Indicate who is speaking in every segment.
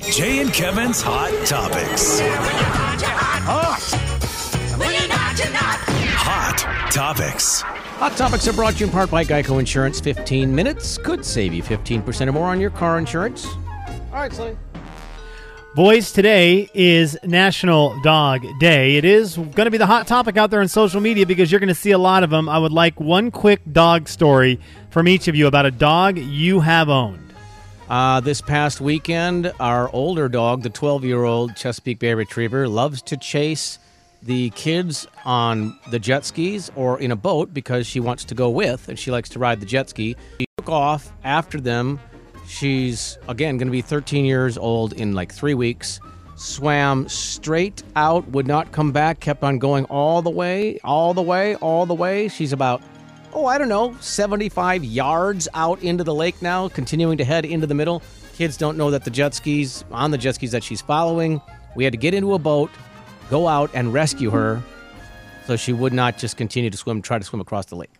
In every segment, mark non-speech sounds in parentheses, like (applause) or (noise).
Speaker 1: Jay and Kevin's Hot Topics. Hot Topics.
Speaker 2: Hot topics are brought to you in part by Geico Insurance. 15 minutes could save you 15% or more on your car insurance. All right, Sonny.
Speaker 3: Boys, today is National Dog Day. It is going to be the hot topic out there on social media because you're going to see a lot of them. I would like one quick dog story from each of you about a dog you have owned.
Speaker 2: Uh, this past weekend, our older dog, the 12 year old Chesapeake Bay Retriever, loves to chase the kids on the jet skis or in a boat because she wants to go with and she likes to ride the jet ski. She took off after them. She's, again, going to be 13 years old in like three weeks. Swam straight out, would not come back, kept on going all the way, all the way, all the way. She's about oh, I don't know, 75 yards out into the lake now, continuing to head into the middle. Kids don't know that the jet skis, on the jet skis that she's following, we had to get into a boat, go out and rescue her so she would not just continue to swim, try to swim across the lake.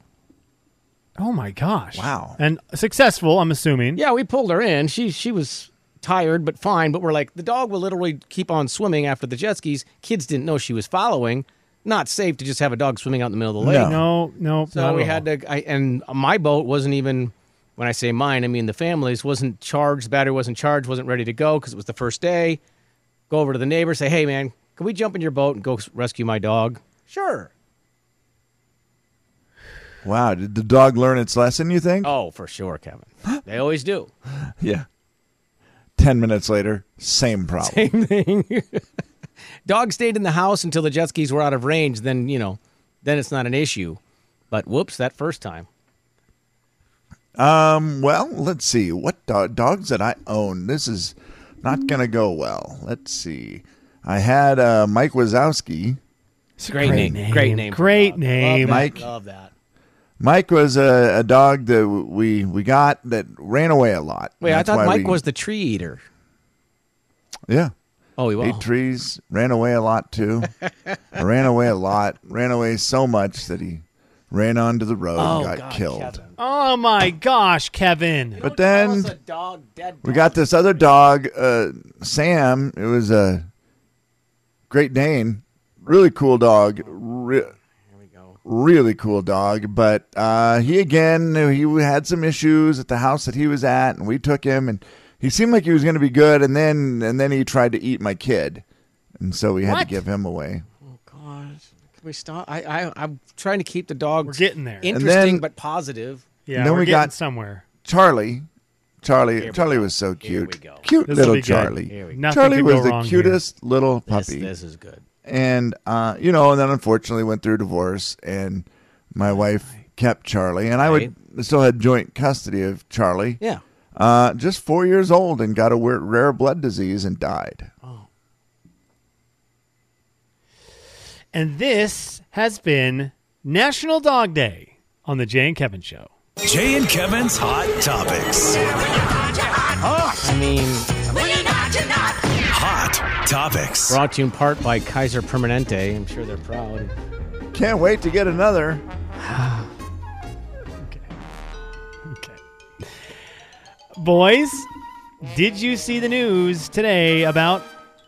Speaker 3: Oh my gosh.
Speaker 4: Wow.
Speaker 3: And successful, I'm assuming.
Speaker 2: Yeah, we pulled her in. She she was tired but fine, but we're like the dog will literally keep on swimming after the jet skis. Kids didn't know she was following. Not safe to just have a dog swimming out in the middle of the lake.
Speaker 4: No.
Speaker 3: No, no.
Speaker 2: So we had to, I, and my boat wasn't even, when I say mine, I mean the family's, wasn't charged, the battery wasn't charged, wasn't ready to go because it was the first day. Go over to the neighbor, say, hey man, can we jump in your boat and go s- rescue my dog? Sure.
Speaker 4: Wow. Did the dog learn its lesson, you think?
Speaker 2: Oh, for sure, (gasps) Kevin. They always do.
Speaker 4: Yeah. 10 minutes later, same problem.
Speaker 2: Dog stayed in the house until the jet skis were out of range, then, you know, then it's not an issue. But whoops, that first time.
Speaker 4: Um, well, let's see. What do- dogs that I own? This is not going to go well. Let's see. I had uh, Mike Wazowski.
Speaker 3: It's a
Speaker 2: Great, name. Great name. for a
Speaker 3: Great
Speaker 2: dog.
Speaker 3: name.
Speaker 2: Love that.
Speaker 4: Mike.
Speaker 2: Love that.
Speaker 4: Mike was a, a dog that w- we we got that ran away a lot.
Speaker 2: Wait, I
Speaker 4: That's
Speaker 2: thought
Speaker 4: why
Speaker 2: Mike
Speaker 4: we-
Speaker 2: was the tree eater.
Speaker 4: yeah.
Speaker 2: Oh, he was.
Speaker 4: Ate trees, ran away a
Speaker 2: (laughs)
Speaker 4: lot too. ran away a lot. Ran away so much that he ran onto the road
Speaker 2: oh,
Speaker 4: and got
Speaker 2: God,
Speaker 4: killed.
Speaker 2: Kevin.
Speaker 3: Oh my gosh, Kevin.
Speaker 4: But then we got this other dog, uh, Sam. It was a Great Dane, really cool dog, re- really cool dog. But uh, he again, he had some issues at the house that he was at, and we took him, and he seemed like he was going to be good, and then and then he tried to eat my kid, and so we had
Speaker 3: What?
Speaker 4: to give him away.
Speaker 2: God, can we stop? I, I I'm trying to keep the dogs
Speaker 3: We're getting there.
Speaker 2: interesting
Speaker 4: then-
Speaker 2: but positive.
Speaker 3: yeah,
Speaker 4: and then
Speaker 3: we're
Speaker 4: we
Speaker 3: getting
Speaker 4: got-
Speaker 3: somewhere.
Speaker 4: Charlie, Charlie,
Speaker 2: we
Speaker 4: Charlie
Speaker 2: go.
Speaker 4: was so
Speaker 2: Here we
Speaker 4: cute,
Speaker 2: go.
Speaker 4: cute
Speaker 3: This'll
Speaker 4: little
Speaker 3: be good.
Speaker 4: Charlie.
Speaker 2: Here we go.
Speaker 3: Nothing
Speaker 4: Charlie
Speaker 3: could
Speaker 4: was
Speaker 3: go
Speaker 4: the
Speaker 3: wrong here.
Speaker 4: cutest little
Speaker 2: This,
Speaker 4: puppy.
Speaker 2: this is good.
Speaker 4: and uh, you know, and then unfortunately went through divorce, and my wife kept Charlie, and I would still had joint custody of Charlie.
Speaker 2: Yeah.
Speaker 4: Uh, just four years old and got a weir- rare blood disease and died.
Speaker 3: And this has been National Dog Day on the Jay and Kevin Show.
Speaker 1: Jay and Kevin's Hot Topics.
Speaker 2: I mean,
Speaker 1: Hot Topics.
Speaker 2: brought to you in part by Kaiser Permanente. I'm sure they're proud.
Speaker 4: Can't wait to get another.
Speaker 3: Okay. Boys, did you see the news today about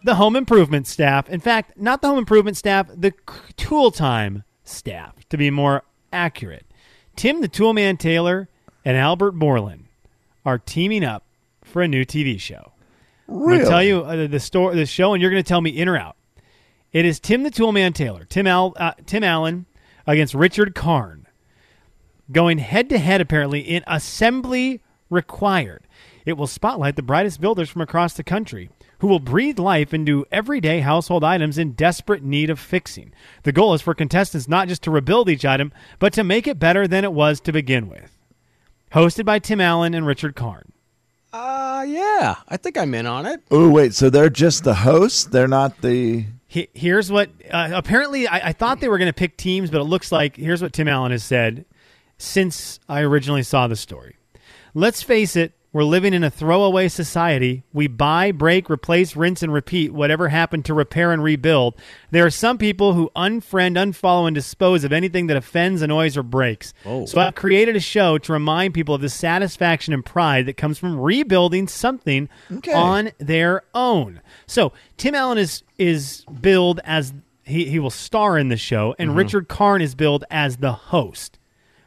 Speaker 3: the home improvement staff? In fact, not the home improvement staff, the c- tool time staff, to be more accurate. Tim the Tool Man Taylor and Albert Borland are teaming up for a new TV show.
Speaker 4: Really?
Speaker 3: I'm gonna tell you uh, the store, the show, and you're gonna tell me in or out. It is Tim the Toolman Taylor, Tim Al, uh, Tim Allen against Richard Karn, going head to head. Apparently, in assembly required, it will spotlight the brightest builders from across the country who will breathe life into everyday household items in desperate need of fixing. The goal is for contestants not just to rebuild each item, but to make it better than it was to begin with. Hosted by Tim Allen and Richard Karn.
Speaker 2: Uh, yeah, I think I'm in on it.
Speaker 4: Oh wait, so they're just the hosts? They're not the.
Speaker 3: He- here's what uh, apparently I, I thought they were going to pick teams, but it looks like here's what Tim Allen has said since I originally saw the story. Let's face it, We're living in a throwaway society. We buy, break, replace, rinse, and repeat whatever happened to repair and rebuild. There are some people who unfriend, unfollow, and dispose of anything that offends, annoys, or breaks. So I've created a show to remind people of the satisfaction and pride that comes from rebuilding something
Speaker 4: Okay.
Speaker 3: on their own. So Tim Allen is is billed as he, he will star in the show, and Richard Karn is billed as the host.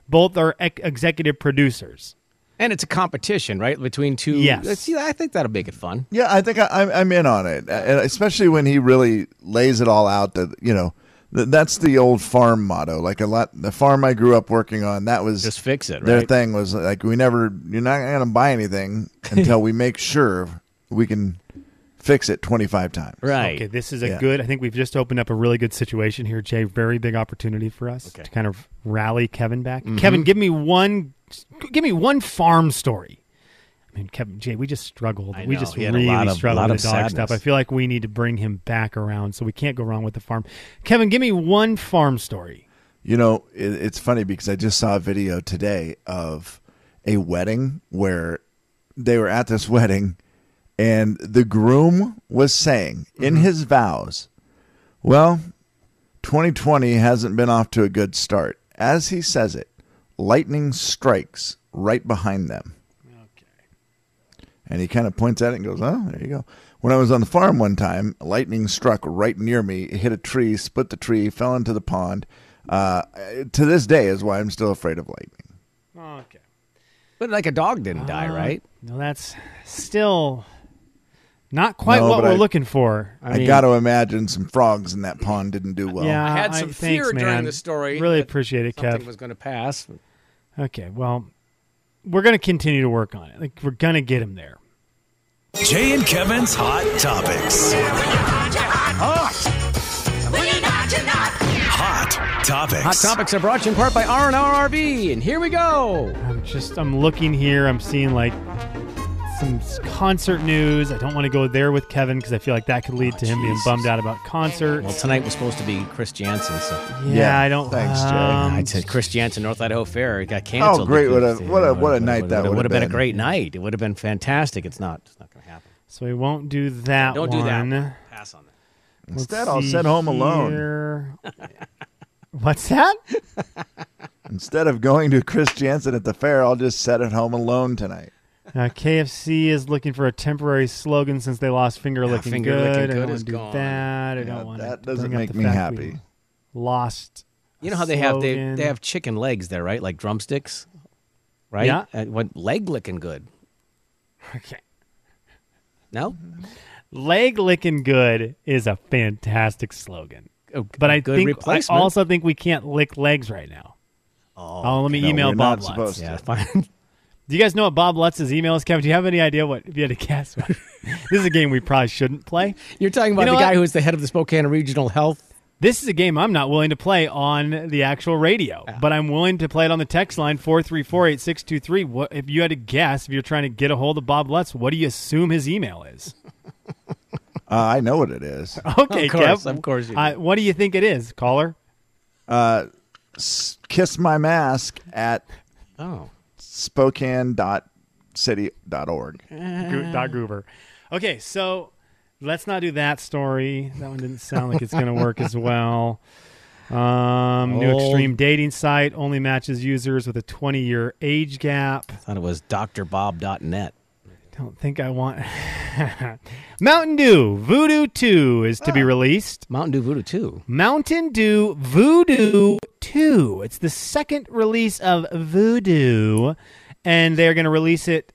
Speaker 3: Both are ec- executive producers.
Speaker 2: And it's a competition, right, between two.
Speaker 3: Yes.
Speaker 2: Let's see. I think that'll make it fun.
Speaker 4: Yeah, I think I, I'm I'm in on it, and especially when he really lays it all out. That you know, th- that's the old farm motto. Like a lot, the farm I grew up working on, that was
Speaker 2: Just fix it,
Speaker 4: Their
Speaker 2: right?
Speaker 4: thing was like, we never, you're not going to
Speaker 2: (laughs)
Speaker 4: buy anything until we make sure we can fix it 25 times.
Speaker 2: Right.
Speaker 3: Okay, this is a
Speaker 4: Yeah.
Speaker 3: good. I think we've just opened up a really good situation here, Jay. Very big opportunity for us to kind of rally Kevin back.
Speaker 4: Mm-hmm.
Speaker 3: Kevin, give me one, give me one farm story. I mean, Kevin, Jay, we just struggled.
Speaker 2: I
Speaker 3: we
Speaker 2: know,
Speaker 3: just
Speaker 2: he had a
Speaker 3: really
Speaker 2: lot of-
Speaker 3: struggled
Speaker 2: lot
Speaker 3: with the
Speaker 2: of
Speaker 3: dog
Speaker 2: sadness.
Speaker 3: stuff. I feel like we need to bring him back around, so we can't go wrong with the farm. Kevin, give me one farm story.
Speaker 4: You know, it, it's funny because I just saw a video today of a wedding where they were at this (laughs) wedding and the groom was saying in his vows, Well, 2020 hasn't been off to a good start. As he says it, lightning strikes right behind them. And he kind of points at it and goes, Oh, there you go. When I was on the farm one time, lightning struck right near me, it hit a tree, split the tree, fell into the pond. Uh, to this day is why I'm still afraid of lightning.
Speaker 3: Okay.
Speaker 2: But like a dog didn't die, right?
Speaker 3: No, that's still not quite
Speaker 4: No,
Speaker 3: what
Speaker 4: but
Speaker 3: we're
Speaker 4: I-
Speaker 3: looking for.
Speaker 4: I, got to imagine some frogs in that pond didn't do well.
Speaker 3: yeah,
Speaker 2: I had some
Speaker 3: thanks,
Speaker 2: fear during
Speaker 3: man.
Speaker 2: the story
Speaker 3: Really
Speaker 2: that
Speaker 3: appreciate it, Kev.
Speaker 2: Something was going to pass.
Speaker 3: Okay, well, we're going to continue to work on it. Like we're going to get him there.
Speaker 1: Jay and Kevin's Hot Topics. Hot Topics.
Speaker 2: Hot topics are brought to you in part by R and R RV, and here we go.
Speaker 3: I'm just I'm looking here. I'm seeing like some s- concert news. I don't want to go there with Kevin because I feel like that could lead
Speaker 4: Oh,
Speaker 3: to him being
Speaker 2: Jesus.
Speaker 3: bummed out about
Speaker 2: Well,
Speaker 3: concerts.
Speaker 2: tonight was supposed to be Chris Jansen. So
Speaker 3: yeah,
Speaker 4: Yeah,
Speaker 3: I don't.
Speaker 4: thanks, Jay.
Speaker 3: um,
Speaker 2: I said Chris Jansen, North Idaho Fair, it got canceled.
Speaker 4: Oh, great.
Speaker 2: because-
Speaker 4: What a- what a- what a night that
Speaker 2: It
Speaker 4: would've
Speaker 2: would have been.
Speaker 4: been.
Speaker 2: a great night. It would have been fantastic. It's not. It's not going to happen.
Speaker 3: So we won't do that.
Speaker 2: Don't do
Speaker 3: one.
Speaker 2: that. Pass on that.
Speaker 3: Let's
Speaker 4: Instead, I'll
Speaker 3: see
Speaker 4: sit home alone.
Speaker 3: here. (laughs) What's that?
Speaker 4: Instead of going to Chris Jansen at the fair, I'll just sit at home alone tonight.
Speaker 3: Uh, KFC is looking for a temporary slogan since they lost finger licking
Speaker 2: Ah, finger
Speaker 3: good.
Speaker 2: licking
Speaker 3: I
Speaker 2: good
Speaker 3: don't
Speaker 2: is
Speaker 3: wanna do
Speaker 2: gone.
Speaker 3: That I
Speaker 4: Yeah,
Speaker 3: don't want
Speaker 4: that doesn't make
Speaker 3: the
Speaker 4: me
Speaker 3: fact we
Speaker 4: happy.
Speaker 3: Lost.
Speaker 2: You
Speaker 3: a
Speaker 2: know how they have they
Speaker 3: slogan.
Speaker 2: they have chicken legs there, right? Like drumsticks, right?
Speaker 3: Yeah.
Speaker 2: Uh, what leg licking good?
Speaker 3: Okay.
Speaker 2: No,
Speaker 3: Leg licking good is a fantastic slogan,
Speaker 2: A-
Speaker 3: but
Speaker 2: Oh, a
Speaker 3: I
Speaker 2: good
Speaker 3: think I
Speaker 2: replacement.
Speaker 3: also think we can't lick legs right now.
Speaker 2: Oh,
Speaker 3: Oh, let me
Speaker 4: no,
Speaker 3: email
Speaker 4: we're
Speaker 3: Bob
Speaker 4: not
Speaker 3: Lutz.
Speaker 4: supposed to.
Speaker 2: yeah, fine. (laughs)
Speaker 3: Do you guys know what Bob Lutz's email is, Kevin? Do you have any idea what? If you had
Speaker 2: (laughs)
Speaker 3: to (laughs) guess, what- this is a game we probably shouldn't play.
Speaker 2: You're talking about
Speaker 3: You know
Speaker 2: the guy
Speaker 3: what?
Speaker 2: who is the head of the Spokane Regional Health.
Speaker 3: This is a game I'm not willing to play on the actual radio,
Speaker 2: Uh-huh.
Speaker 3: but I'm willing to play it on the text line four three four eight six two three. What if you had to guess? If you're trying to get a hold of Bob Lutz, what do you assume his email is?
Speaker 4: Uh, I know what it is.
Speaker 2: (laughs)
Speaker 3: Okay,
Speaker 2: Of course,
Speaker 3: Kev.
Speaker 2: of course you do.
Speaker 3: Uh, what do you think it is, caller?
Speaker 4: S- Kiss my mask at
Speaker 2: Oh,
Speaker 4: spokane.city.org.
Speaker 3: Goo- Doc Goober. Okay, so let's not do that story. That one didn't sound like it's going to work as well. Um, new
Speaker 2: Old.
Speaker 3: extreme dating site only matches users with a 20 year age gap.
Speaker 2: thought it was drbob.net.
Speaker 3: Don't think I want. (laughs) Mountain Dew Voodoo 2 is to be released.
Speaker 2: Mountain Dew Voodoo too.
Speaker 3: Mountain Dew Voodoo 2. It's the second release of Voodoo, and they're going to release it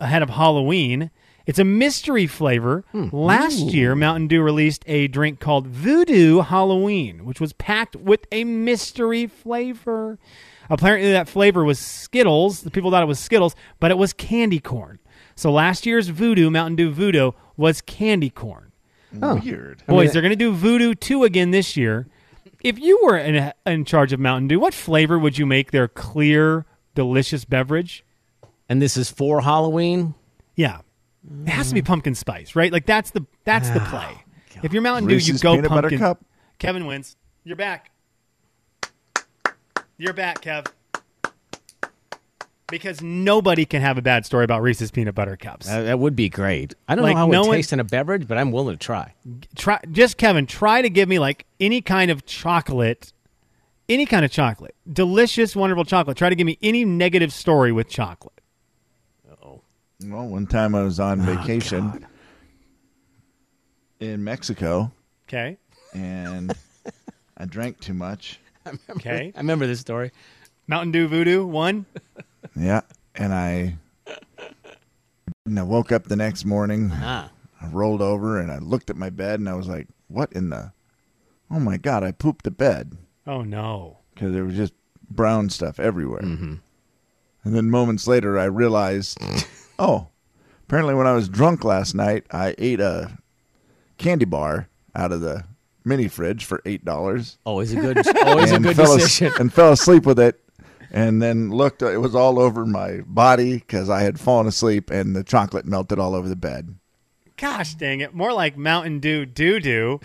Speaker 3: ahead of Halloween. It's a mystery flavor. Last year, Mountain Dew released a drink called Voodoo Halloween, which was packed with a mystery flavor. Apparently, that flavor was Skittles. The people thought it was Skittles, but it was candy corn. So last year's Voodoo, Mountain Dew Voodoo, was candy corn.
Speaker 4: Weird.
Speaker 3: Boys, they're going to do Voodoo 2 again this year. If you were in, in charge of Mountain Dew, what flavor would you make their clear, delicious beverage?
Speaker 2: And this is for Halloween.
Speaker 3: Yeah. It has to be pumpkin spice, right? Like that's the that's the play. If you're Mountain Dew, you
Speaker 4: Reese's
Speaker 3: go
Speaker 4: Peanut Butter
Speaker 3: pumpkin.
Speaker 4: Cup?
Speaker 3: Kevin wins. You're back. You're back, Kev. because nobody can have a bad story about Reese's peanut butter cups.
Speaker 2: That, that would be great. I don't
Speaker 3: Like,
Speaker 2: know how
Speaker 3: no
Speaker 2: it
Speaker 3: one-
Speaker 2: tastes in a beverage, but I'm willing to try.
Speaker 3: try just Kevin, try to give me like any kind of chocolate, any kind of chocolate, delicious, wonderful chocolate. Try to give me any negative story with chocolate.
Speaker 4: Well, one time I was on vacation in Mexico
Speaker 3: Okay,
Speaker 4: and I drank too much.
Speaker 3: okay.
Speaker 2: I remember this story.
Speaker 3: Mountain Dew Voodoo one.
Speaker 4: Yeah, and I and I woke up the next morning.
Speaker 2: Ah,
Speaker 4: I rolled over and I looked at my bed and I was like, "What in the? Oh my god! I pooped the bed
Speaker 3: Oh no.
Speaker 4: because there was just brown stuff everywhere."
Speaker 2: Mm-hmm.
Speaker 4: And then moments later,
Speaker 2: (laughs)
Speaker 4: I realized, oh, apparently when I was drunk last night, I ate a candy bar out of the mini fridge for eight dollars
Speaker 2: always a good, always a
Speaker 4: and
Speaker 2: good
Speaker 4: fell as-
Speaker 2: decision.
Speaker 4: and fell asleep with it. And then looked, it was all over my body because I had fallen asleep and the chocolate melted all over the bed.
Speaker 3: Gosh dang it! More like Mountain Dew Doo Doo.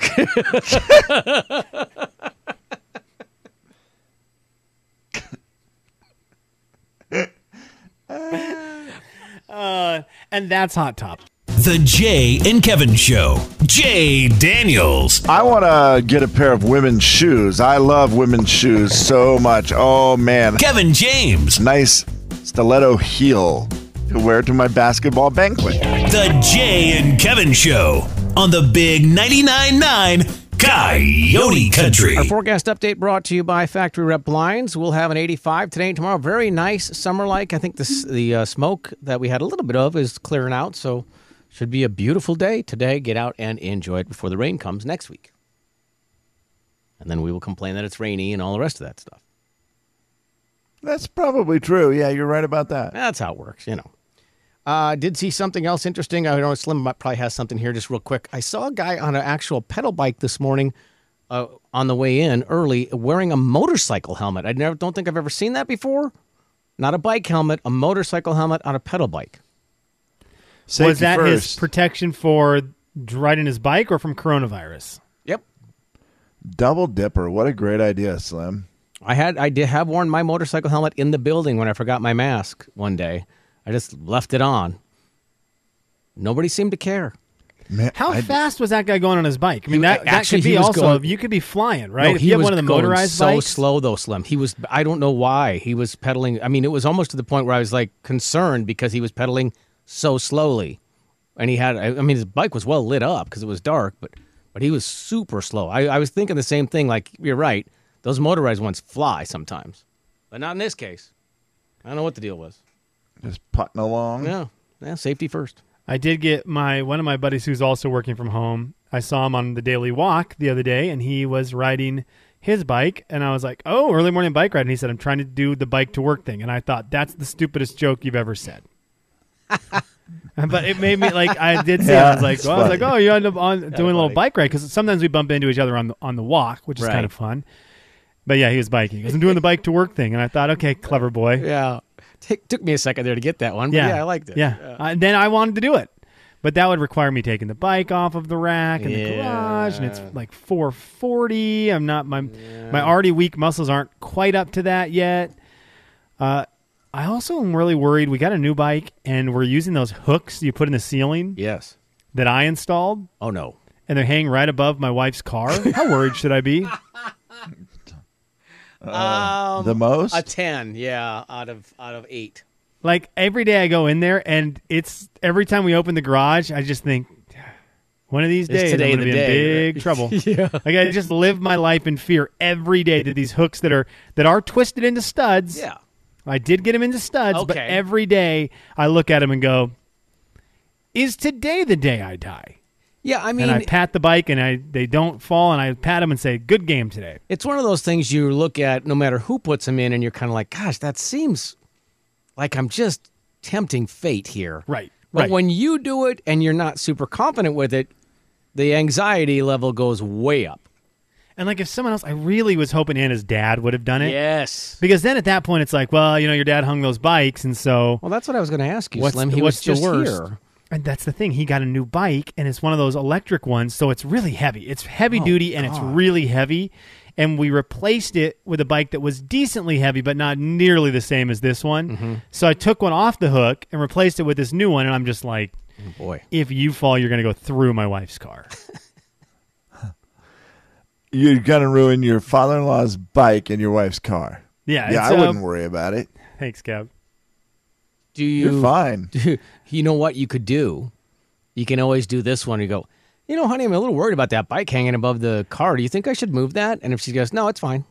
Speaker 3: uh, and that's hot top.
Speaker 1: The Jay and Kevin Show. Jay Daniels.
Speaker 4: I want to get a pair of women's shoes. I love women's shoes so much. Oh, man.
Speaker 1: Kevin James.
Speaker 4: Nice stiletto heel to wear to my basketball banquet.
Speaker 1: The Jay and Kevin Show on the Big 99.9 9 Coyote Country.
Speaker 2: Our forecast update brought to you by Factory Rep Blinds. We'll have an 85 today and tomorrow. Very nice summer-like. I think this, the uh, smoke that we had a little bit of is clearing out, so should be a beautiful day today. Get out and enjoy it before the rain comes next week. And then we will complain that it's rainy and all the rest of that stuff.
Speaker 4: That's probably true. Yeah, you're right about that.
Speaker 2: That's how it works, you know. Uh, did see something else interesting. I know Slim might- probably has something here just real quick. I saw a guy on an actual pedal bike this morning uh, on the way in early wearing a motorcycle helmet. I never, don't think I've ever seen that before. Not a bike helmet, a motorcycle helmet on a pedal bike.
Speaker 4: Safety
Speaker 3: was that his
Speaker 4: first.
Speaker 3: protection for d- riding his bike or from coronavirus?
Speaker 2: Yep.
Speaker 4: Double dipper. What a great idea, Slim.
Speaker 2: I had I did have worn my motorcycle helmet in the building when I forgot my mask one day. I just left it on. Nobody seemed to care.
Speaker 4: Man,
Speaker 3: How
Speaker 4: I-
Speaker 3: fast was that guy going on his bike? I mean,
Speaker 2: He-
Speaker 3: that, that
Speaker 2: actually,
Speaker 3: could
Speaker 2: he
Speaker 3: be
Speaker 2: was
Speaker 3: also
Speaker 2: going-
Speaker 3: you could be flying, right?
Speaker 2: No,
Speaker 3: if
Speaker 2: Oh, he
Speaker 3: you have
Speaker 2: was
Speaker 3: one of the
Speaker 2: going
Speaker 3: motorized
Speaker 2: so
Speaker 3: bikes,
Speaker 2: slow though, Slim. He was. I don't know why he was pedaling. I mean, it was almost to the point where I was like concerned because he was pedaling so slowly, and he had. I I mean, his bike was well lit up because it was dark, but but he was super slow. I, I was thinking the same thing. Like you're right, those motorized ones fly sometimes, but not in this case. I don't know what the deal was.
Speaker 4: Just putting along.
Speaker 2: Yeah, yeah, safety first.
Speaker 3: I did get my one of my buddies who's also working from home. I saw him on the daily walk the other day, and he was riding his bike, and I was like, "Oh, early morning bike ride." And he said, "I'm trying to do the bike to work thing," and I thought that's the stupidest joke you've ever
Speaker 4: (laughs)
Speaker 3: said. but it made me like I did say I was like,
Speaker 4: it's
Speaker 3: well, I was like,
Speaker 4: funny.
Speaker 3: oh, you end up on doing a little
Speaker 2: bike.
Speaker 3: bike ride because sometimes we bump into each other on the on the walk, which is
Speaker 2: Right.
Speaker 3: kind of fun. But yeah, he was biking. He goes, I'm doing the bike to work thing, and I thought, okay, clever boy.
Speaker 2: Yeah, Take, took me a second there to get that one. But yeah, I liked it.
Speaker 3: Yeah. Uh, then I wanted to do it. But that would require me taking the bike off of the rack and the
Speaker 2: Yeah.
Speaker 3: garage, and it's like 440. I'm not my my already weak muscles aren't quite up to that yet. Uh, I also am really worried. We got a new bike, and we're using those hooks you put in the ceiling
Speaker 2: Yes.
Speaker 3: that I installed,
Speaker 2: Oh no.
Speaker 3: and they're hanging right above my wife's car. How worried should I be?
Speaker 4: the most?
Speaker 2: A ten, yeah, out of out of eight.
Speaker 3: Like every day I go in there, and it's every time we open the garage, I just think one of these
Speaker 2: Is
Speaker 3: days
Speaker 2: today
Speaker 3: I'm
Speaker 2: the
Speaker 3: gonna be
Speaker 2: day,
Speaker 3: in
Speaker 2: right?
Speaker 3: big trouble.
Speaker 2: (laughs) Yeah.
Speaker 3: like I just live my life in fear every day that these hooks that are that are twisted into studs.
Speaker 2: Yeah.
Speaker 3: I did get them into studs, but
Speaker 2: Okay.
Speaker 3: every day I look at them and go, "Is today the day I die?"
Speaker 2: Yeah, I mean,
Speaker 3: And I pat the bike, and I they don't fall, and I pat them and say, "Good game today."
Speaker 2: it's one of those things you look at no matter who puts them in, and you're kind of like, gosh, that seems like I'm just tempting fate here.
Speaker 3: Right,
Speaker 2: But
Speaker 3: right.
Speaker 2: when you do it and you're not super confident with it, the anxiety level goes way up.
Speaker 3: And like if someone else, I really was hoping Anna's dad would have done it.
Speaker 2: Yes.
Speaker 3: Because then at that point, it's like, well, you know, your dad hung those bikes, and so
Speaker 2: Well, that's what I was going to ask you,
Speaker 3: what's,
Speaker 2: Slim. He
Speaker 3: what's
Speaker 2: was just
Speaker 3: the worst?
Speaker 2: here.
Speaker 3: And that's the thing. He got a new
Speaker 4: Oh,
Speaker 3: bike, and it's one of those electric ones, so it's really heavy. It's heavy duty, and it's really heavy. and we replaced it with a bike that was decently heavy, but not nearly the same as this one.
Speaker 4: Mm-hmm.
Speaker 3: So I took one off the hook and replaced it with this new one, and I'm just like,
Speaker 2: Boy.
Speaker 3: if you fall, you're going to go through my wife's car. (laughs)
Speaker 4: You're gonna ruin your father-in-law's bike and your wife's car.
Speaker 3: Yeah,
Speaker 4: yeah,
Speaker 3: it's,
Speaker 4: I
Speaker 3: uh,
Speaker 4: wouldn't worry about it.
Speaker 3: Thanks, Kev.
Speaker 2: Do you
Speaker 3: (laughs)
Speaker 4: You're fine.
Speaker 2: do- (laughs) you know what you could do? You can always do this one. You go, you know, honey, I'm a little worried about that bike hanging above the car. Do you think I should move that? And if she goes, no, it's fine.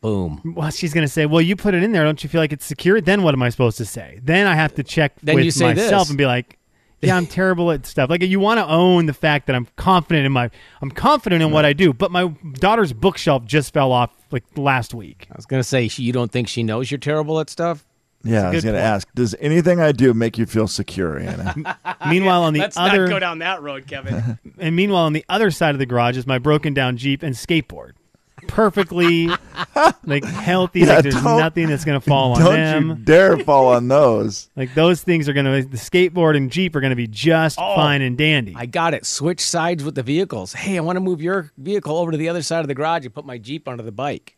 Speaker 2: Boom.
Speaker 3: Well, she's going to say, "Well, you put it in there. Don't you feel like it's secure?" Then what am I supposed to say? Then I have to check
Speaker 2: Then
Speaker 3: with
Speaker 2: you say
Speaker 3: myself
Speaker 2: this.
Speaker 3: and be like, "Yeah,
Speaker 2: (laughs)
Speaker 3: I'm terrible at stuff." Like you want to own the fact that I'm confident in my, I'm confident in what I do. But my daughter's bookshelf just fell off like last week.
Speaker 2: I was gonna say, she, you don't think she knows you're terrible at stuff?
Speaker 4: Yeah, I was
Speaker 3: good
Speaker 4: gonna
Speaker 3: point.
Speaker 4: ask. Does anything I do make you feel secure,
Speaker 3: (laughs)
Speaker 4: Anna?
Speaker 3: Meanwhile, on the other,
Speaker 2: down that road, Kevin.
Speaker 3: and meanwhile on the other side of the garage is my broken down Jeep and skateboard,
Speaker 2: (laughs)
Speaker 3: perfectly like healthy.
Speaker 4: Yeah,
Speaker 3: like there's
Speaker 4: don't-
Speaker 3: nothing that's going to fall on
Speaker 4: Don't
Speaker 3: them.
Speaker 4: you dare fall on those.
Speaker 3: Like those things are going to, the skateboard and Jeep are going to be just
Speaker 2: Oh.
Speaker 3: fine and dandy.
Speaker 2: (laughs) I got it. Switch sides with the vehicles. Hey, I want to move your vehicle over to the other side of the garage and put my Jeep onto the bike.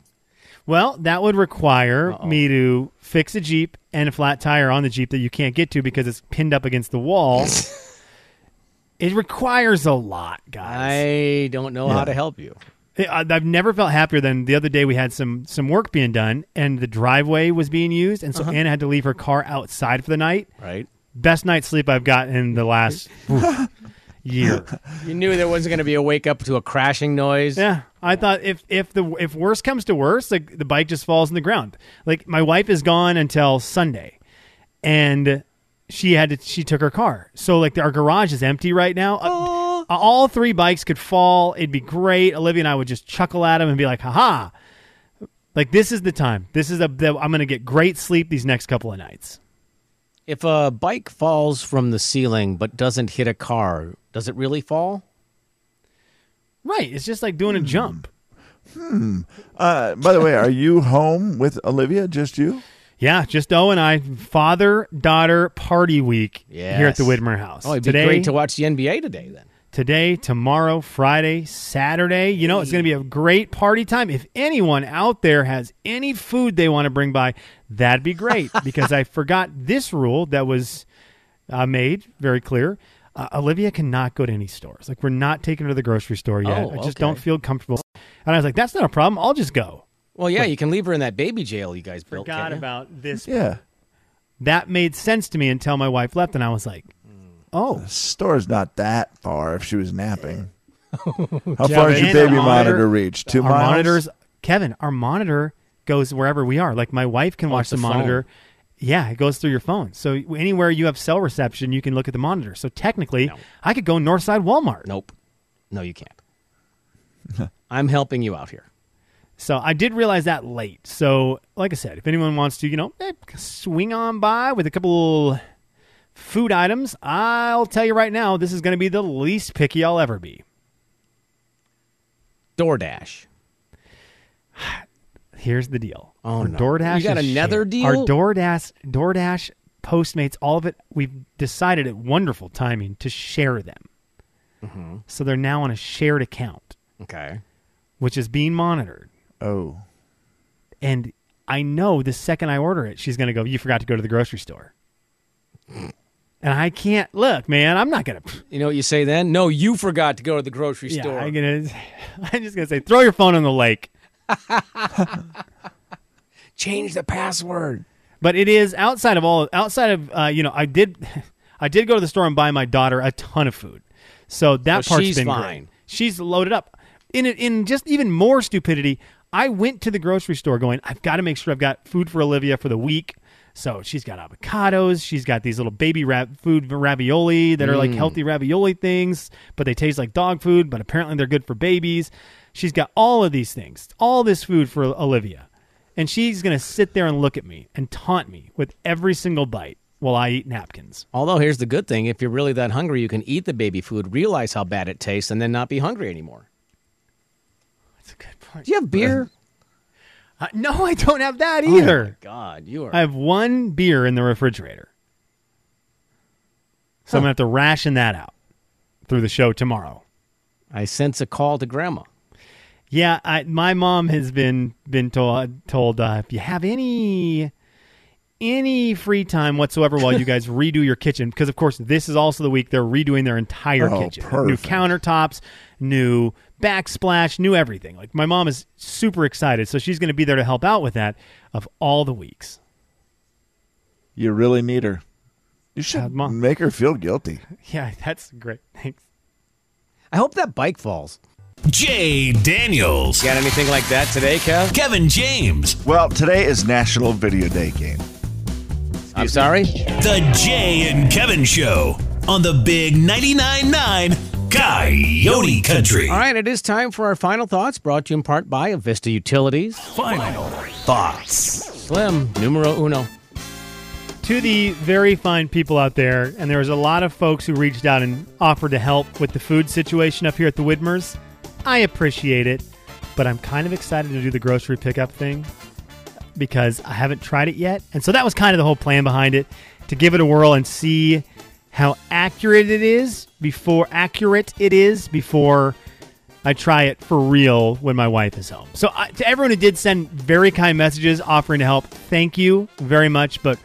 Speaker 3: Well, that would require me to fix a Jeep and a flat tire on the Jeep that you can't get to because it's pinned up against the wall. it requires a lot, guys.
Speaker 2: I don't know how to help you.
Speaker 3: I, I've never felt happier than the other day we had some some work being done and the driveway was being used and so Anna had to leave her car outside for the night.
Speaker 2: Right?
Speaker 3: Best night's sleep I've gotten in the last oof, year.
Speaker 2: You knew there wasn't going to be a wake up to a crashing noise.
Speaker 3: Yeah, I thought if if the if worse comes to worse, like the bike just falls in the ground. Like my wife is gone until Sunday, and she had to, she took her car. So like our garage is empty right now. Uh, all three bikes could fall. It'd be great. Olivia and I would just chuckle at them and be like, "Haha!" Like this is the time. This is a. The, I'm gonna get great sleep these next couple of nights.
Speaker 2: If a bike falls from the ceiling but doesn't hit a car, does it really fall?
Speaker 3: Right. It's just like doing a jump.
Speaker 4: Uh, by the way, are you home with Olivia? Just you?
Speaker 3: Yeah, just O and I, father daughter party week here at the
Speaker 2: Yes.
Speaker 3: Widmer House.
Speaker 2: Oh, it'd
Speaker 3: Today,
Speaker 2: be great to watch the NBA today then.
Speaker 3: today, tomorrow, Friday, Saturday. You know, it's going to be a great party time. If anyone out there has any food they want to bring by, that'd
Speaker 2: (laughs)
Speaker 3: be great because I forgot this rule that was uh, made very clear. Uh, Olivia cannot go to any stores. Like, we're not taking her to the grocery store yet.
Speaker 2: Oh,
Speaker 3: I just
Speaker 2: okay.
Speaker 3: don't feel comfortable. And I was like, that's not a problem. I'll just go.
Speaker 2: Well, yeah, you can leave her in that baby jail you guys built.
Speaker 3: Forgot
Speaker 2: can't you?
Speaker 3: about this.
Speaker 4: Yeah.
Speaker 3: That made sense to me until my wife left, and I was like,
Speaker 2: Mm.
Speaker 3: oh.
Speaker 4: Store's not that far if she
Speaker 3: (laughs)
Speaker 4: was napping. How far is your
Speaker 3: And our
Speaker 4: baby
Speaker 3: monitor-
Speaker 4: monitor reach? Two
Speaker 3: our
Speaker 4: miles.
Speaker 3: monitors kevin our monitor goes wherever we are like my wife can watch
Speaker 2: Oh, it's
Speaker 3: the,
Speaker 2: the
Speaker 3: monitor yeah it goes through your phone so anywhere you have cell reception you can look at the monitor so technically i could go northside walmart
Speaker 2: Nope. No, you can't. (laughs) I'm helping you out here.
Speaker 3: so i did realize that late so like i said if anyone wants to you know eh, swing on by with a couple food items i'll tell you right now this is going to be the least picky i'll ever be
Speaker 2: DoorDash.
Speaker 3: Here's the deal.
Speaker 2: Oh,
Speaker 3: our
Speaker 2: no.
Speaker 3: DoorDash.
Speaker 2: You got
Speaker 3: is
Speaker 2: another
Speaker 3: shared.
Speaker 2: deal?
Speaker 3: Our DoorDash, DoorDash, Postmates, all of it. We've decided at wonderful timing to share them.
Speaker 2: Mm-hmm.
Speaker 3: So they're now on a shared account,
Speaker 2: Okay.
Speaker 3: which is being monitored.
Speaker 4: Oh,
Speaker 3: And I know the second I order it, she's going to go. You forgot to go to the
Speaker 2: (laughs)
Speaker 3: grocery store. and I can't look, man. I'm not going to.
Speaker 2: You know what you say then? No, you forgot to go to the grocery
Speaker 3: Yeah,
Speaker 2: store.
Speaker 3: I'm gonna. (laughs) I'm just going to say, throw your phone in the lake.
Speaker 2: (laughs) Change the password.
Speaker 3: but it is outside of all outside of uh, you know I did (laughs) I did go to the store and buy my daughter a ton of food, so that
Speaker 2: So
Speaker 3: part's
Speaker 2: she's
Speaker 3: been
Speaker 2: fine.
Speaker 3: great. She's loaded up. In it, in just even more stupidity, I went to the grocery store going, I've got to make sure I've got food for Olivia for the week. So she's got avocados. She's got these little baby rap food ravioli that are like healthy ravioli things, but they taste like dog food. But apparently they're good for babies. She's got all of these things, all this food for Olivia. And she's going to sit there and look at me and taunt me with every single bite while I eat napkins.
Speaker 2: Although here's the good thing, if you're really that hungry, you can eat the baby food, realize how bad it tastes, and then not be hungry anymore.
Speaker 3: That's a good point.
Speaker 2: Do you have beer?
Speaker 3: Uh, no, I don't have that either.
Speaker 2: (laughs) God, you are
Speaker 3: I have one beer in the refrigerator. So I'm going to have to ration that out through the show tomorrow.
Speaker 2: I sense a call to grandma.
Speaker 3: Yeah, I, my mom has been been told told uh, if you have any any free time whatsoever while you
Speaker 4: (laughs)
Speaker 3: guys redo your kitchen, because of course this is also the week they're redoing their entire
Speaker 4: Oh,
Speaker 3: kitchen,
Speaker 4: perfect.
Speaker 3: new countertops, new backsplash, new everything. Like my mom is super excited, so she's going to be there to help out with that of all the weeks.
Speaker 4: You really need her. You should
Speaker 3: Uh, Mom.
Speaker 4: make her feel guilty.
Speaker 3: Yeah, (laughs) that's great. Thanks.
Speaker 2: I hope that bike falls.
Speaker 1: Jay Daniels.
Speaker 2: Got anything like that today, Kev?
Speaker 1: Kevin James.
Speaker 4: Well, today is National Video Day game.
Speaker 2: I'm sorry.
Speaker 1: The Jay and Kevin Show on the Big 99.9 Coyote Country.
Speaker 2: All right, it is time for our final thoughts, brought to you in part by Avista Utilities.
Speaker 1: Final thoughts.
Speaker 2: Slim, numero uno.
Speaker 3: to the very fine people out there, and there was a lot of folks who reached out and offered to help with the food situation up here at the Widmers. I appreciate it, but I'm kind of excited to do the grocery pickup thing because I haven't tried it yet. And so that was kind of the whole plan behind it to give it a whirl and see how accurate it is before accurate it is before I try it for real when my wife is home. So I, to everyone who did send very kind messages offering to help, thank you very much, but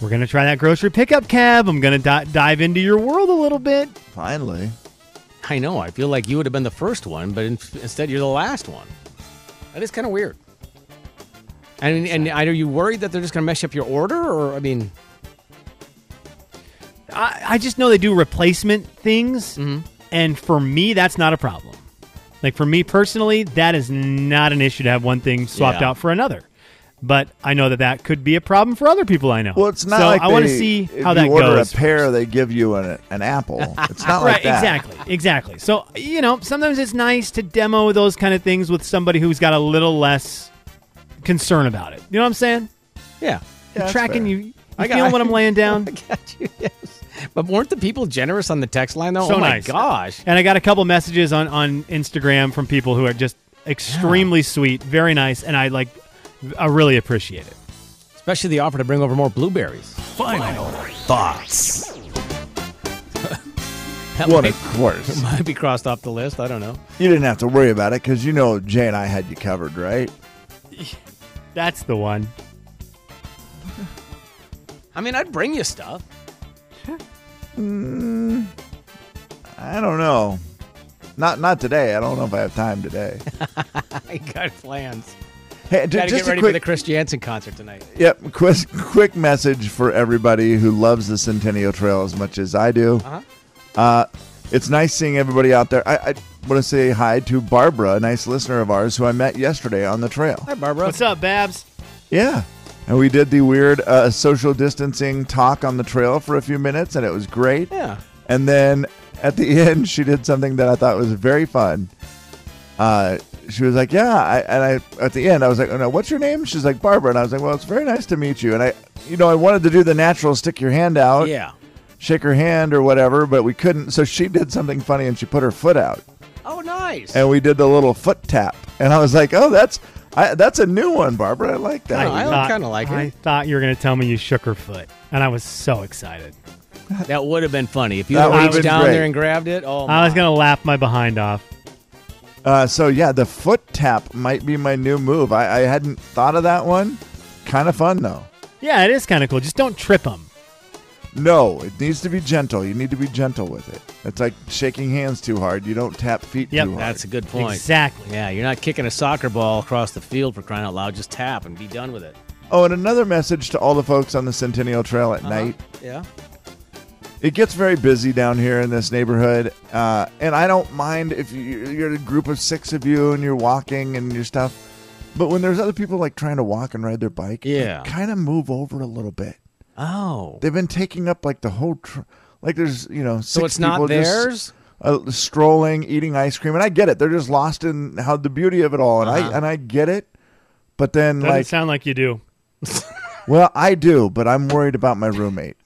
Speaker 3: we're going to try that grocery pickup cab. I'm going to di- dive into your world a little bit.
Speaker 4: Finally.
Speaker 2: I know. I feel like you would have been the first one, but in, instead you're the last one. That is kind of weird. And and are you worried that they're just going to mess up your order, or I mean,
Speaker 3: I, I just know they do replacement things.
Speaker 2: Mm-hmm.
Speaker 3: And for me, that's not a problem. Like for me personally, that is not an issue to have one thing swapped
Speaker 2: Yeah.
Speaker 3: out for another. But I know that that could be a problem for other people I know.
Speaker 4: Well, it's not
Speaker 3: So
Speaker 4: like
Speaker 3: I want to
Speaker 4: they-
Speaker 3: see
Speaker 4: if
Speaker 3: how that
Speaker 4: you order
Speaker 3: goes.
Speaker 4: a pear, they give you an,
Speaker 3: (laughs)
Speaker 4: an apple. It's not
Speaker 3: right,
Speaker 4: like that.
Speaker 3: exactly, exactly. So you know, sometimes it's nice to demo those kind of things with somebody who's got a little less concern about it. You know what I'm saying?
Speaker 2: yeah,
Speaker 4: Yeah, that's
Speaker 3: Tracking
Speaker 4: fair.
Speaker 3: you, you
Speaker 2: I got-
Speaker 3: feeling what I'm
Speaker 2: (laughs)
Speaker 3: laying down.
Speaker 2: I got you. Yes, but weren't the people generous on the text line though?
Speaker 3: so
Speaker 2: oh my
Speaker 3: nice.
Speaker 2: gosh!
Speaker 3: And I got a couple messages on on Instagram from people who are just extremely sweet, very nice, and I like I really appreciate it.
Speaker 2: Especially the offer to bring over more blueberries.
Speaker 1: Final thoughts.
Speaker 2: That
Speaker 4: Well,
Speaker 2: might,
Speaker 4: of
Speaker 2: (laughs)
Speaker 4: course.
Speaker 2: might be crossed off the list. I don't know.
Speaker 4: You didn't have to worry about it because you know Jay and I had you covered, right?
Speaker 3: That's the one.
Speaker 2: I mean, I'd bring you stuff. (laughs)
Speaker 4: I don't know. Not not today. I don't know if I have
Speaker 3: (laughs)
Speaker 4: time today.
Speaker 2: I got plans.
Speaker 4: Hey, ju-
Speaker 2: Got to
Speaker 4: just
Speaker 2: get ready for
Speaker 4: a quick
Speaker 2: the Chris Jansen concert tonight.
Speaker 4: Yep, quick, quick message for everybody who loves the Centennial Trail as much as I do. uh it's nice seeing everybody out there. I, I want to say hi to Barbara, a nice listener of ours who I met yesterday on the trail.
Speaker 2: Hi, Barbara.
Speaker 3: What's up, Babs?
Speaker 4: Yeah. And we did the weird uh, social distancing talk on the trail for a few minutes, and it was great.
Speaker 2: Yeah.
Speaker 4: And then at the (laughs) end, she did something that I thought was very fun. Uh, she was like, "Yeah," I, and I at the end I was like, "Oh no, what's your name?" She's like, "Barbara," and I was like, "Well, it's very nice to meet you." And I, you know, I wanted to do the natural, stick your hand out,
Speaker 2: Yeah.
Speaker 4: shake her hand or whatever, but we couldn't. So she did something funny and she put her foot out,
Speaker 2: Oh, nice.
Speaker 4: and we did the little foot tap, and I was like, "Oh, that's I, that's a new one, Barbara. I like that."
Speaker 2: Oh, I
Speaker 3: thought-
Speaker 2: kinda like it.
Speaker 3: I thought you were gonna tell me you shook her foot, and I was so excited.
Speaker 2: That would have been funny if you
Speaker 4: That
Speaker 2: had
Speaker 4: would've
Speaker 2: reached
Speaker 4: been
Speaker 2: down
Speaker 4: great.
Speaker 2: there and grabbed it. Oh,
Speaker 3: I was
Speaker 2: my.
Speaker 3: gonna laugh my behind off.
Speaker 4: Uh, so yeah, the foot tap might be my new move. I, I hadn't thought of that one. Kind of fun though.
Speaker 3: Yeah, it is kind of cool. Just don't trip them.
Speaker 4: No, it needs to be gentle. You need to be gentle with it. It's like shaking hands too hard. You don't tap feet
Speaker 3: Yep,
Speaker 4: too hard.
Speaker 2: That's a good point.
Speaker 3: Exactly.
Speaker 2: Yeah, you're not kicking a soccer ball across the field for crying out loud. Just tap and be done with it.
Speaker 4: oh, and another message to all the folks on the Centennial Trail
Speaker 2: Uh-huh.
Speaker 4: at night.
Speaker 2: Yeah.
Speaker 4: It gets very busy down here in this neighborhood, uh, and I don't mind if you, you're a group of six of you and you're walking and your stuff. But when there's other people like trying to walk and ride their bike,
Speaker 2: Yeah.
Speaker 4: kind of move over a little bit.
Speaker 2: Oh.
Speaker 4: They've been taking up like the whole, tr- like there's you know, six
Speaker 2: So it's not
Speaker 4: people just-
Speaker 2: theirs?
Speaker 4: uh, strolling, eating ice cream, and I get it. They're just lost in how the beauty of it all, and
Speaker 2: Uh-huh.
Speaker 4: I and I get it. But then,
Speaker 3: Doesn't
Speaker 4: like,
Speaker 3: sound like you do.
Speaker 4: well, I do, but I'm worried about my roommate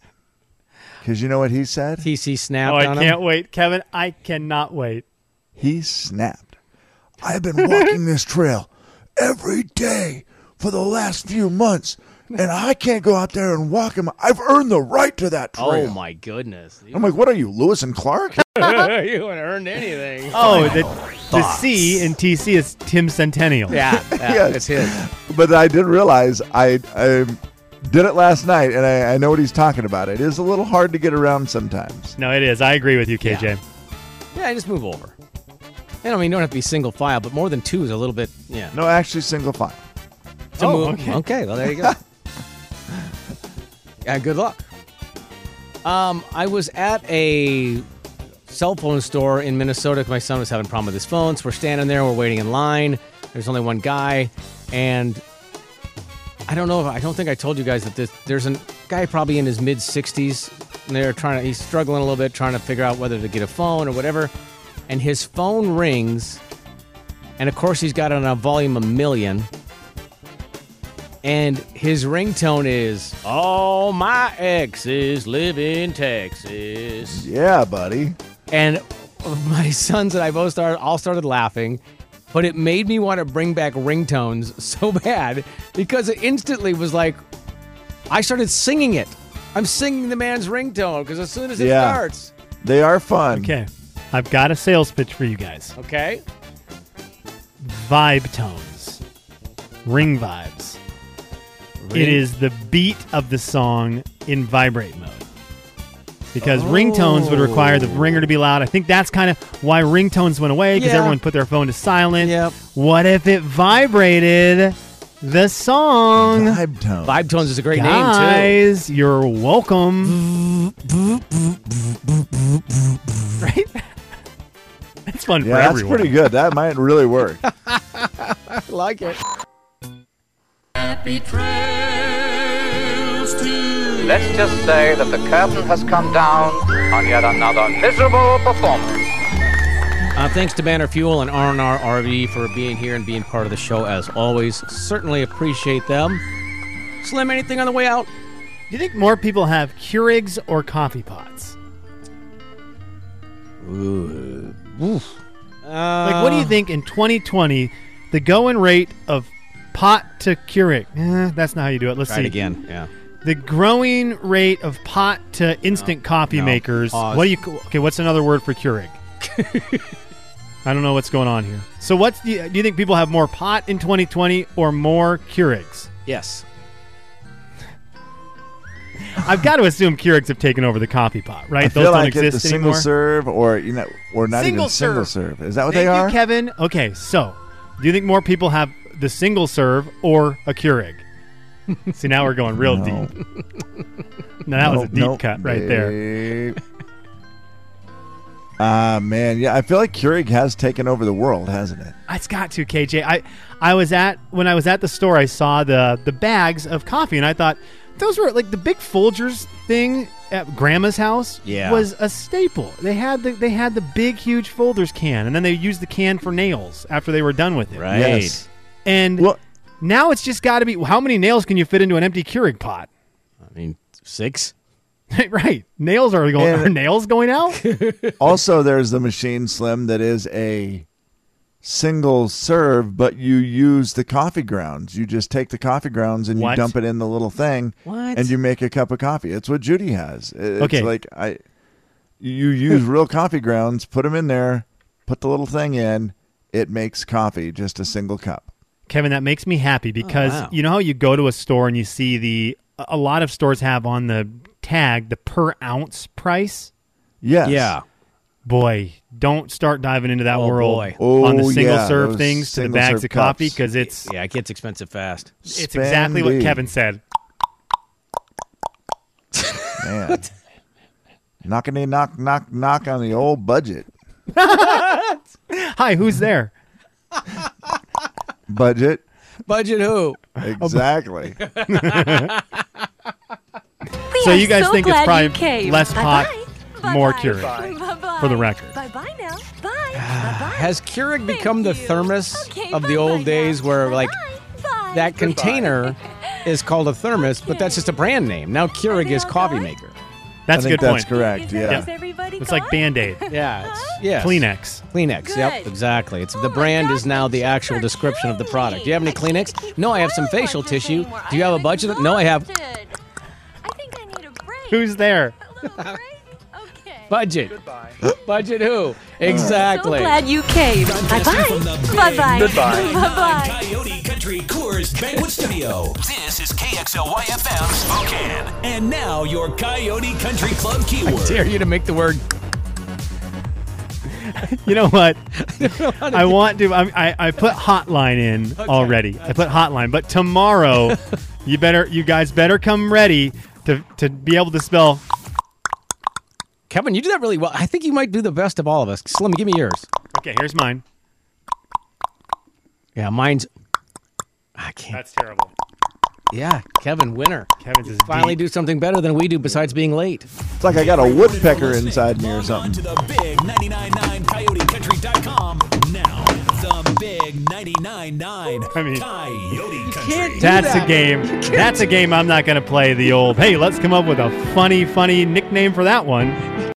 Speaker 4: because you know what he said?
Speaker 2: TC snapped
Speaker 3: Oh, I
Speaker 2: on
Speaker 3: can't
Speaker 2: him.
Speaker 3: wait, Kevin. I cannot wait.
Speaker 4: He snapped. I've been walking this trail every day for the last few months, and I can't go out there and walk him. I've earned the right to that trail.
Speaker 2: Oh my goodness. You (laughs)
Speaker 4: I'm like, what are you, Lewis and Clark? (laughs)
Speaker 2: haven't earned anything.
Speaker 3: Oh, the The
Speaker 1: thoughts.
Speaker 3: C in TC is Tim Centennial.
Speaker 2: Yeah,
Speaker 4: (laughs)
Speaker 2: yeah
Speaker 4: Yes.
Speaker 2: it's his.
Speaker 4: But I did realize I I did it last night, and I, I know what he's talking about. It is a little hard to get around sometimes.
Speaker 3: No, it is. I agree with you, KJ.
Speaker 2: Yeah, just move over. I don't mean you don't have to be single file, but more than two is a little bit. Yeah.
Speaker 4: No, actually, single file.
Speaker 2: To
Speaker 3: Oh,
Speaker 2: move-
Speaker 3: okay.
Speaker 2: Well, there
Speaker 3: (laughs)
Speaker 2: you go. yeah. Good luck. Um, I was at a cell phone store in Minnesota. 'cause My son was having a problem with his phone, so we're standing there. We're waiting in line. There's only one guy, and I don't know. if I don't think I told you guys that this, there's a guy probably in his mid 60s. And they're trying to. He's struggling a little bit, trying to figure out whether to get a phone or whatever. And his phone rings, and of course he's got it on a volume a million and his ringtone is all my exes live in texas
Speaker 4: Yeah, buddy.
Speaker 2: and my (laughs) sons and i both started all started laughing but it made me want to bring back ringtones (laughs) so bad because it instantly was like i started singing it i'm singing the man's ringtone because as soon as it
Speaker 4: Yeah.
Speaker 2: starts
Speaker 4: They are fun.
Speaker 3: Okay. I've got a sales pitch for you guys.
Speaker 2: okay
Speaker 3: Vibe tones. Ring vibes. It is the beat of the song in vibrate mode. Because ringtones would require the ringer to be loud. I think that's kind of why ringtones went away because
Speaker 2: Yeah.
Speaker 3: everyone put their phone to silent.
Speaker 2: Yep.
Speaker 3: What if it vibrated the song?
Speaker 4: Vibe tone.
Speaker 2: vibe tones is a (laughs) great name too
Speaker 3: Guys, you're welcome.
Speaker 2: (laughs)
Speaker 3: right? (laughs) That's fun
Speaker 4: Yeah,
Speaker 3: for
Speaker 4: that's
Speaker 3: everyone.
Speaker 4: pretty good. That might really work.
Speaker 3: (laughs)
Speaker 2: i like it
Speaker 5: Let's just say that the curtain has come down on yet another miserable performance.
Speaker 2: Uh, thanks to Banner Fuel and R&R RV for being here and being part of the show as always. Certainly appreciate them. Slim, anything on the way out?
Speaker 3: Do you think more people have Keurigs or coffee pots? Like, what do you think in 2020, the going rate of pot to Keurig? Eh, that's not how you do it. Let's
Speaker 2: Try it
Speaker 3: see.
Speaker 2: again. Yeah.
Speaker 3: The growing rate of pot to instant coffee
Speaker 2: no.
Speaker 3: makers.
Speaker 2: Pause.
Speaker 3: What do you? Okay, what's another word
Speaker 2: (laughs)
Speaker 3: for Keurig? I don't know what's going on here. So, what's the, do you think people have more pot in 2020 or more Keurigs?
Speaker 2: Yes.
Speaker 3: I've got to assume Keurigs have taken over the coffee pot, right?
Speaker 4: I
Speaker 3: Those
Speaker 4: feel
Speaker 3: don't
Speaker 4: like it's
Speaker 3: exist
Speaker 4: the single
Speaker 3: anymore.
Speaker 4: serve or you know or not
Speaker 3: Single
Speaker 4: even single
Speaker 3: serve.
Speaker 4: serve. Is that what
Speaker 3: Thank
Speaker 4: they are?
Speaker 3: you, Kevin. Okay, so do you think more people have the single serve or a
Speaker 4: (laughs)
Speaker 3: Keurig? See, now we're going real
Speaker 4: No.
Speaker 3: deep. Now that was a
Speaker 4: Nope,
Speaker 3: deep
Speaker 4: Oh, nope,
Speaker 3: cut right there.
Speaker 4: babe. Ah man, yeah, I feel like Keurig has taken over the world, hasn't it?
Speaker 3: It's got to KJ. I I was at when I was at the store, I saw the the bags of coffee, and I thought those were like the big Folgers thing at Grandma's house.
Speaker 2: Yeah.
Speaker 3: was a staple. They had the they had the big huge Folgers can, and then they used the can for nails after they were done with it.
Speaker 4: Yes.
Speaker 3: And
Speaker 4: Well,
Speaker 3: Now it's just got to be how many nails can you fit into an empty Keurig pot? (laughs)
Speaker 2: I mean, six.
Speaker 3: right, nails are going.
Speaker 4: And-
Speaker 3: are nails going out?
Speaker 4: also there's the machine slim that is a single serve, but you use the coffee grounds. You just take the coffee grounds and
Speaker 3: What?
Speaker 4: you dump it in the little thing,
Speaker 2: What?
Speaker 4: and you make a cup of coffee. It's what Judy has. It's
Speaker 3: Okay.
Speaker 4: like I, you use real coffee grounds, put them in there, put the little thing in, it makes coffee, just a single cup.
Speaker 3: Kevin, that makes me happy because
Speaker 2: Oh, wow.
Speaker 3: you know how you go to a store and you see the a- a lot of stores have on the tag the per ounce price.
Speaker 4: Yes.
Speaker 3: Boy, don't start diving into that
Speaker 2: Oh,
Speaker 3: world
Speaker 2: boy.
Speaker 3: on the
Speaker 4: Oh,
Speaker 3: single
Speaker 4: yeah,
Speaker 3: serve
Speaker 4: those
Speaker 3: things to the
Speaker 4: single
Speaker 3: bags
Speaker 4: serve
Speaker 3: of coffee
Speaker 4: cups.
Speaker 3: because it's
Speaker 2: Yeah, it gets expensive fast.
Speaker 3: it's exactly what
Speaker 4: Spendy.
Speaker 3: Kevin said. (laughs)
Speaker 4: Man. Knocking in, knock, knock, knock on the old budget.
Speaker 3: Hi, who's there? (laughs)
Speaker 4: Budget.
Speaker 2: Budget who?
Speaker 3: Oh,
Speaker 4: Exactly.
Speaker 6: We
Speaker 3: So
Speaker 6: are
Speaker 3: you guys think it's
Speaker 6: glad
Speaker 3: probably
Speaker 6: you came.
Speaker 3: less pot,
Speaker 6: Bye-bye.
Speaker 3: more
Speaker 6: Bye-bye.
Speaker 3: Keurig,
Speaker 6: Bye-bye.
Speaker 3: for the record.
Speaker 6: Bye-bye now.
Speaker 2: (sighs)
Speaker 6: Bye. Bye-bye.
Speaker 2: Has Keurig
Speaker 6: Thank
Speaker 2: become the
Speaker 6: you.
Speaker 2: thermos
Speaker 6: Okay,
Speaker 2: of the old
Speaker 6: bye-bye
Speaker 2: days
Speaker 6: now.
Speaker 2: where, like,
Speaker 6: Bye-bye. Bye.
Speaker 2: that
Speaker 6: (laughs)
Speaker 2: container is called a thermos, but that's just a brand name. Now Keurig
Speaker 6: they
Speaker 2: is
Speaker 6: all
Speaker 2: coffee
Speaker 6: gone?
Speaker 2: maker.
Speaker 4: I
Speaker 3: That's a
Speaker 4: think
Speaker 3: good
Speaker 4: that's
Speaker 3: point.
Speaker 4: correct.
Speaker 6: Is
Speaker 4: Yeah.
Speaker 6: is everybody
Speaker 3: It's like
Speaker 6: gone?
Speaker 3: Band Aid,
Speaker 2: Yeah. It's, yes.
Speaker 3: Kleenex.
Speaker 2: Kleenex. Yep,
Speaker 6: Good.
Speaker 2: exactly. It's
Speaker 6: Oh
Speaker 2: the
Speaker 6: my
Speaker 2: brand
Speaker 6: God,
Speaker 2: is now the
Speaker 6: these
Speaker 2: actual
Speaker 6: are
Speaker 2: description of the
Speaker 6: killing
Speaker 2: product. Do you have
Speaker 6: me.
Speaker 2: any
Speaker 6: I can't
Speaker 2: Kleenex?
Speaker 6: keep
Speaker 2: No, I have some
Speaker 6: smelling like
Speaker 2: facial
Speaker 6: this
Speaker 2: tissue.
Speaker 6: anymore.
Speaker 2: Do you have a
Speaker 6: I'm
Speaker 2: budget? (laughs) No, I have.
Speaker 6: exhausted. I think I need a break.
Speaker 3: Who's there?
Speaker 2: (laughs)
Speaker 6: A little break? Okay.
Speaker 2: Budget. (laughs) Budget who? Exactly.
Speaker 6: So glad you came. Bye bye. Bye bye.
Speaker 5: Goodbye.
Speaker 6: Bye bye.
Speaker 1: Coyote Country Coors Banquet Studio. This is KXLY FM Spokane. And now your Coyote Country Club keyword.
Speaker 2: Dare you to make the word
Speaker 3: You know what? I want to. I'm, I I put hotline in already. I put hotline, but tomorrow, you better you guys better come ready to to be able to spell.
Speaker 2: Kevin, you do that really well. I think you might do the best of all of us. Slim, give me yours.
Speaker 3: Okay, here's mine.
Speaker 2: Yeah, mine's. I can't.
Speaker 3: That's terrible.
Speaker 2: yeah, Kevin, winner.
Speaker 3: Kevin's is
Speaker 2: Finally,
Speaker 3: deep.
Speaker 2: do something better than we do besides being late.
Speaker 4: It's like I got a woodpecker inside me or something.
Speaker 1: Log on to the big 99.9 coyotecountry.com now. The big 99.9
Speaker 3: I mean-
Speaker 1: Coyote Country.
Speaker 3: That's a game. That's a game I'm not going to play. The old hey, let's come up with a funny funny nickname for that one.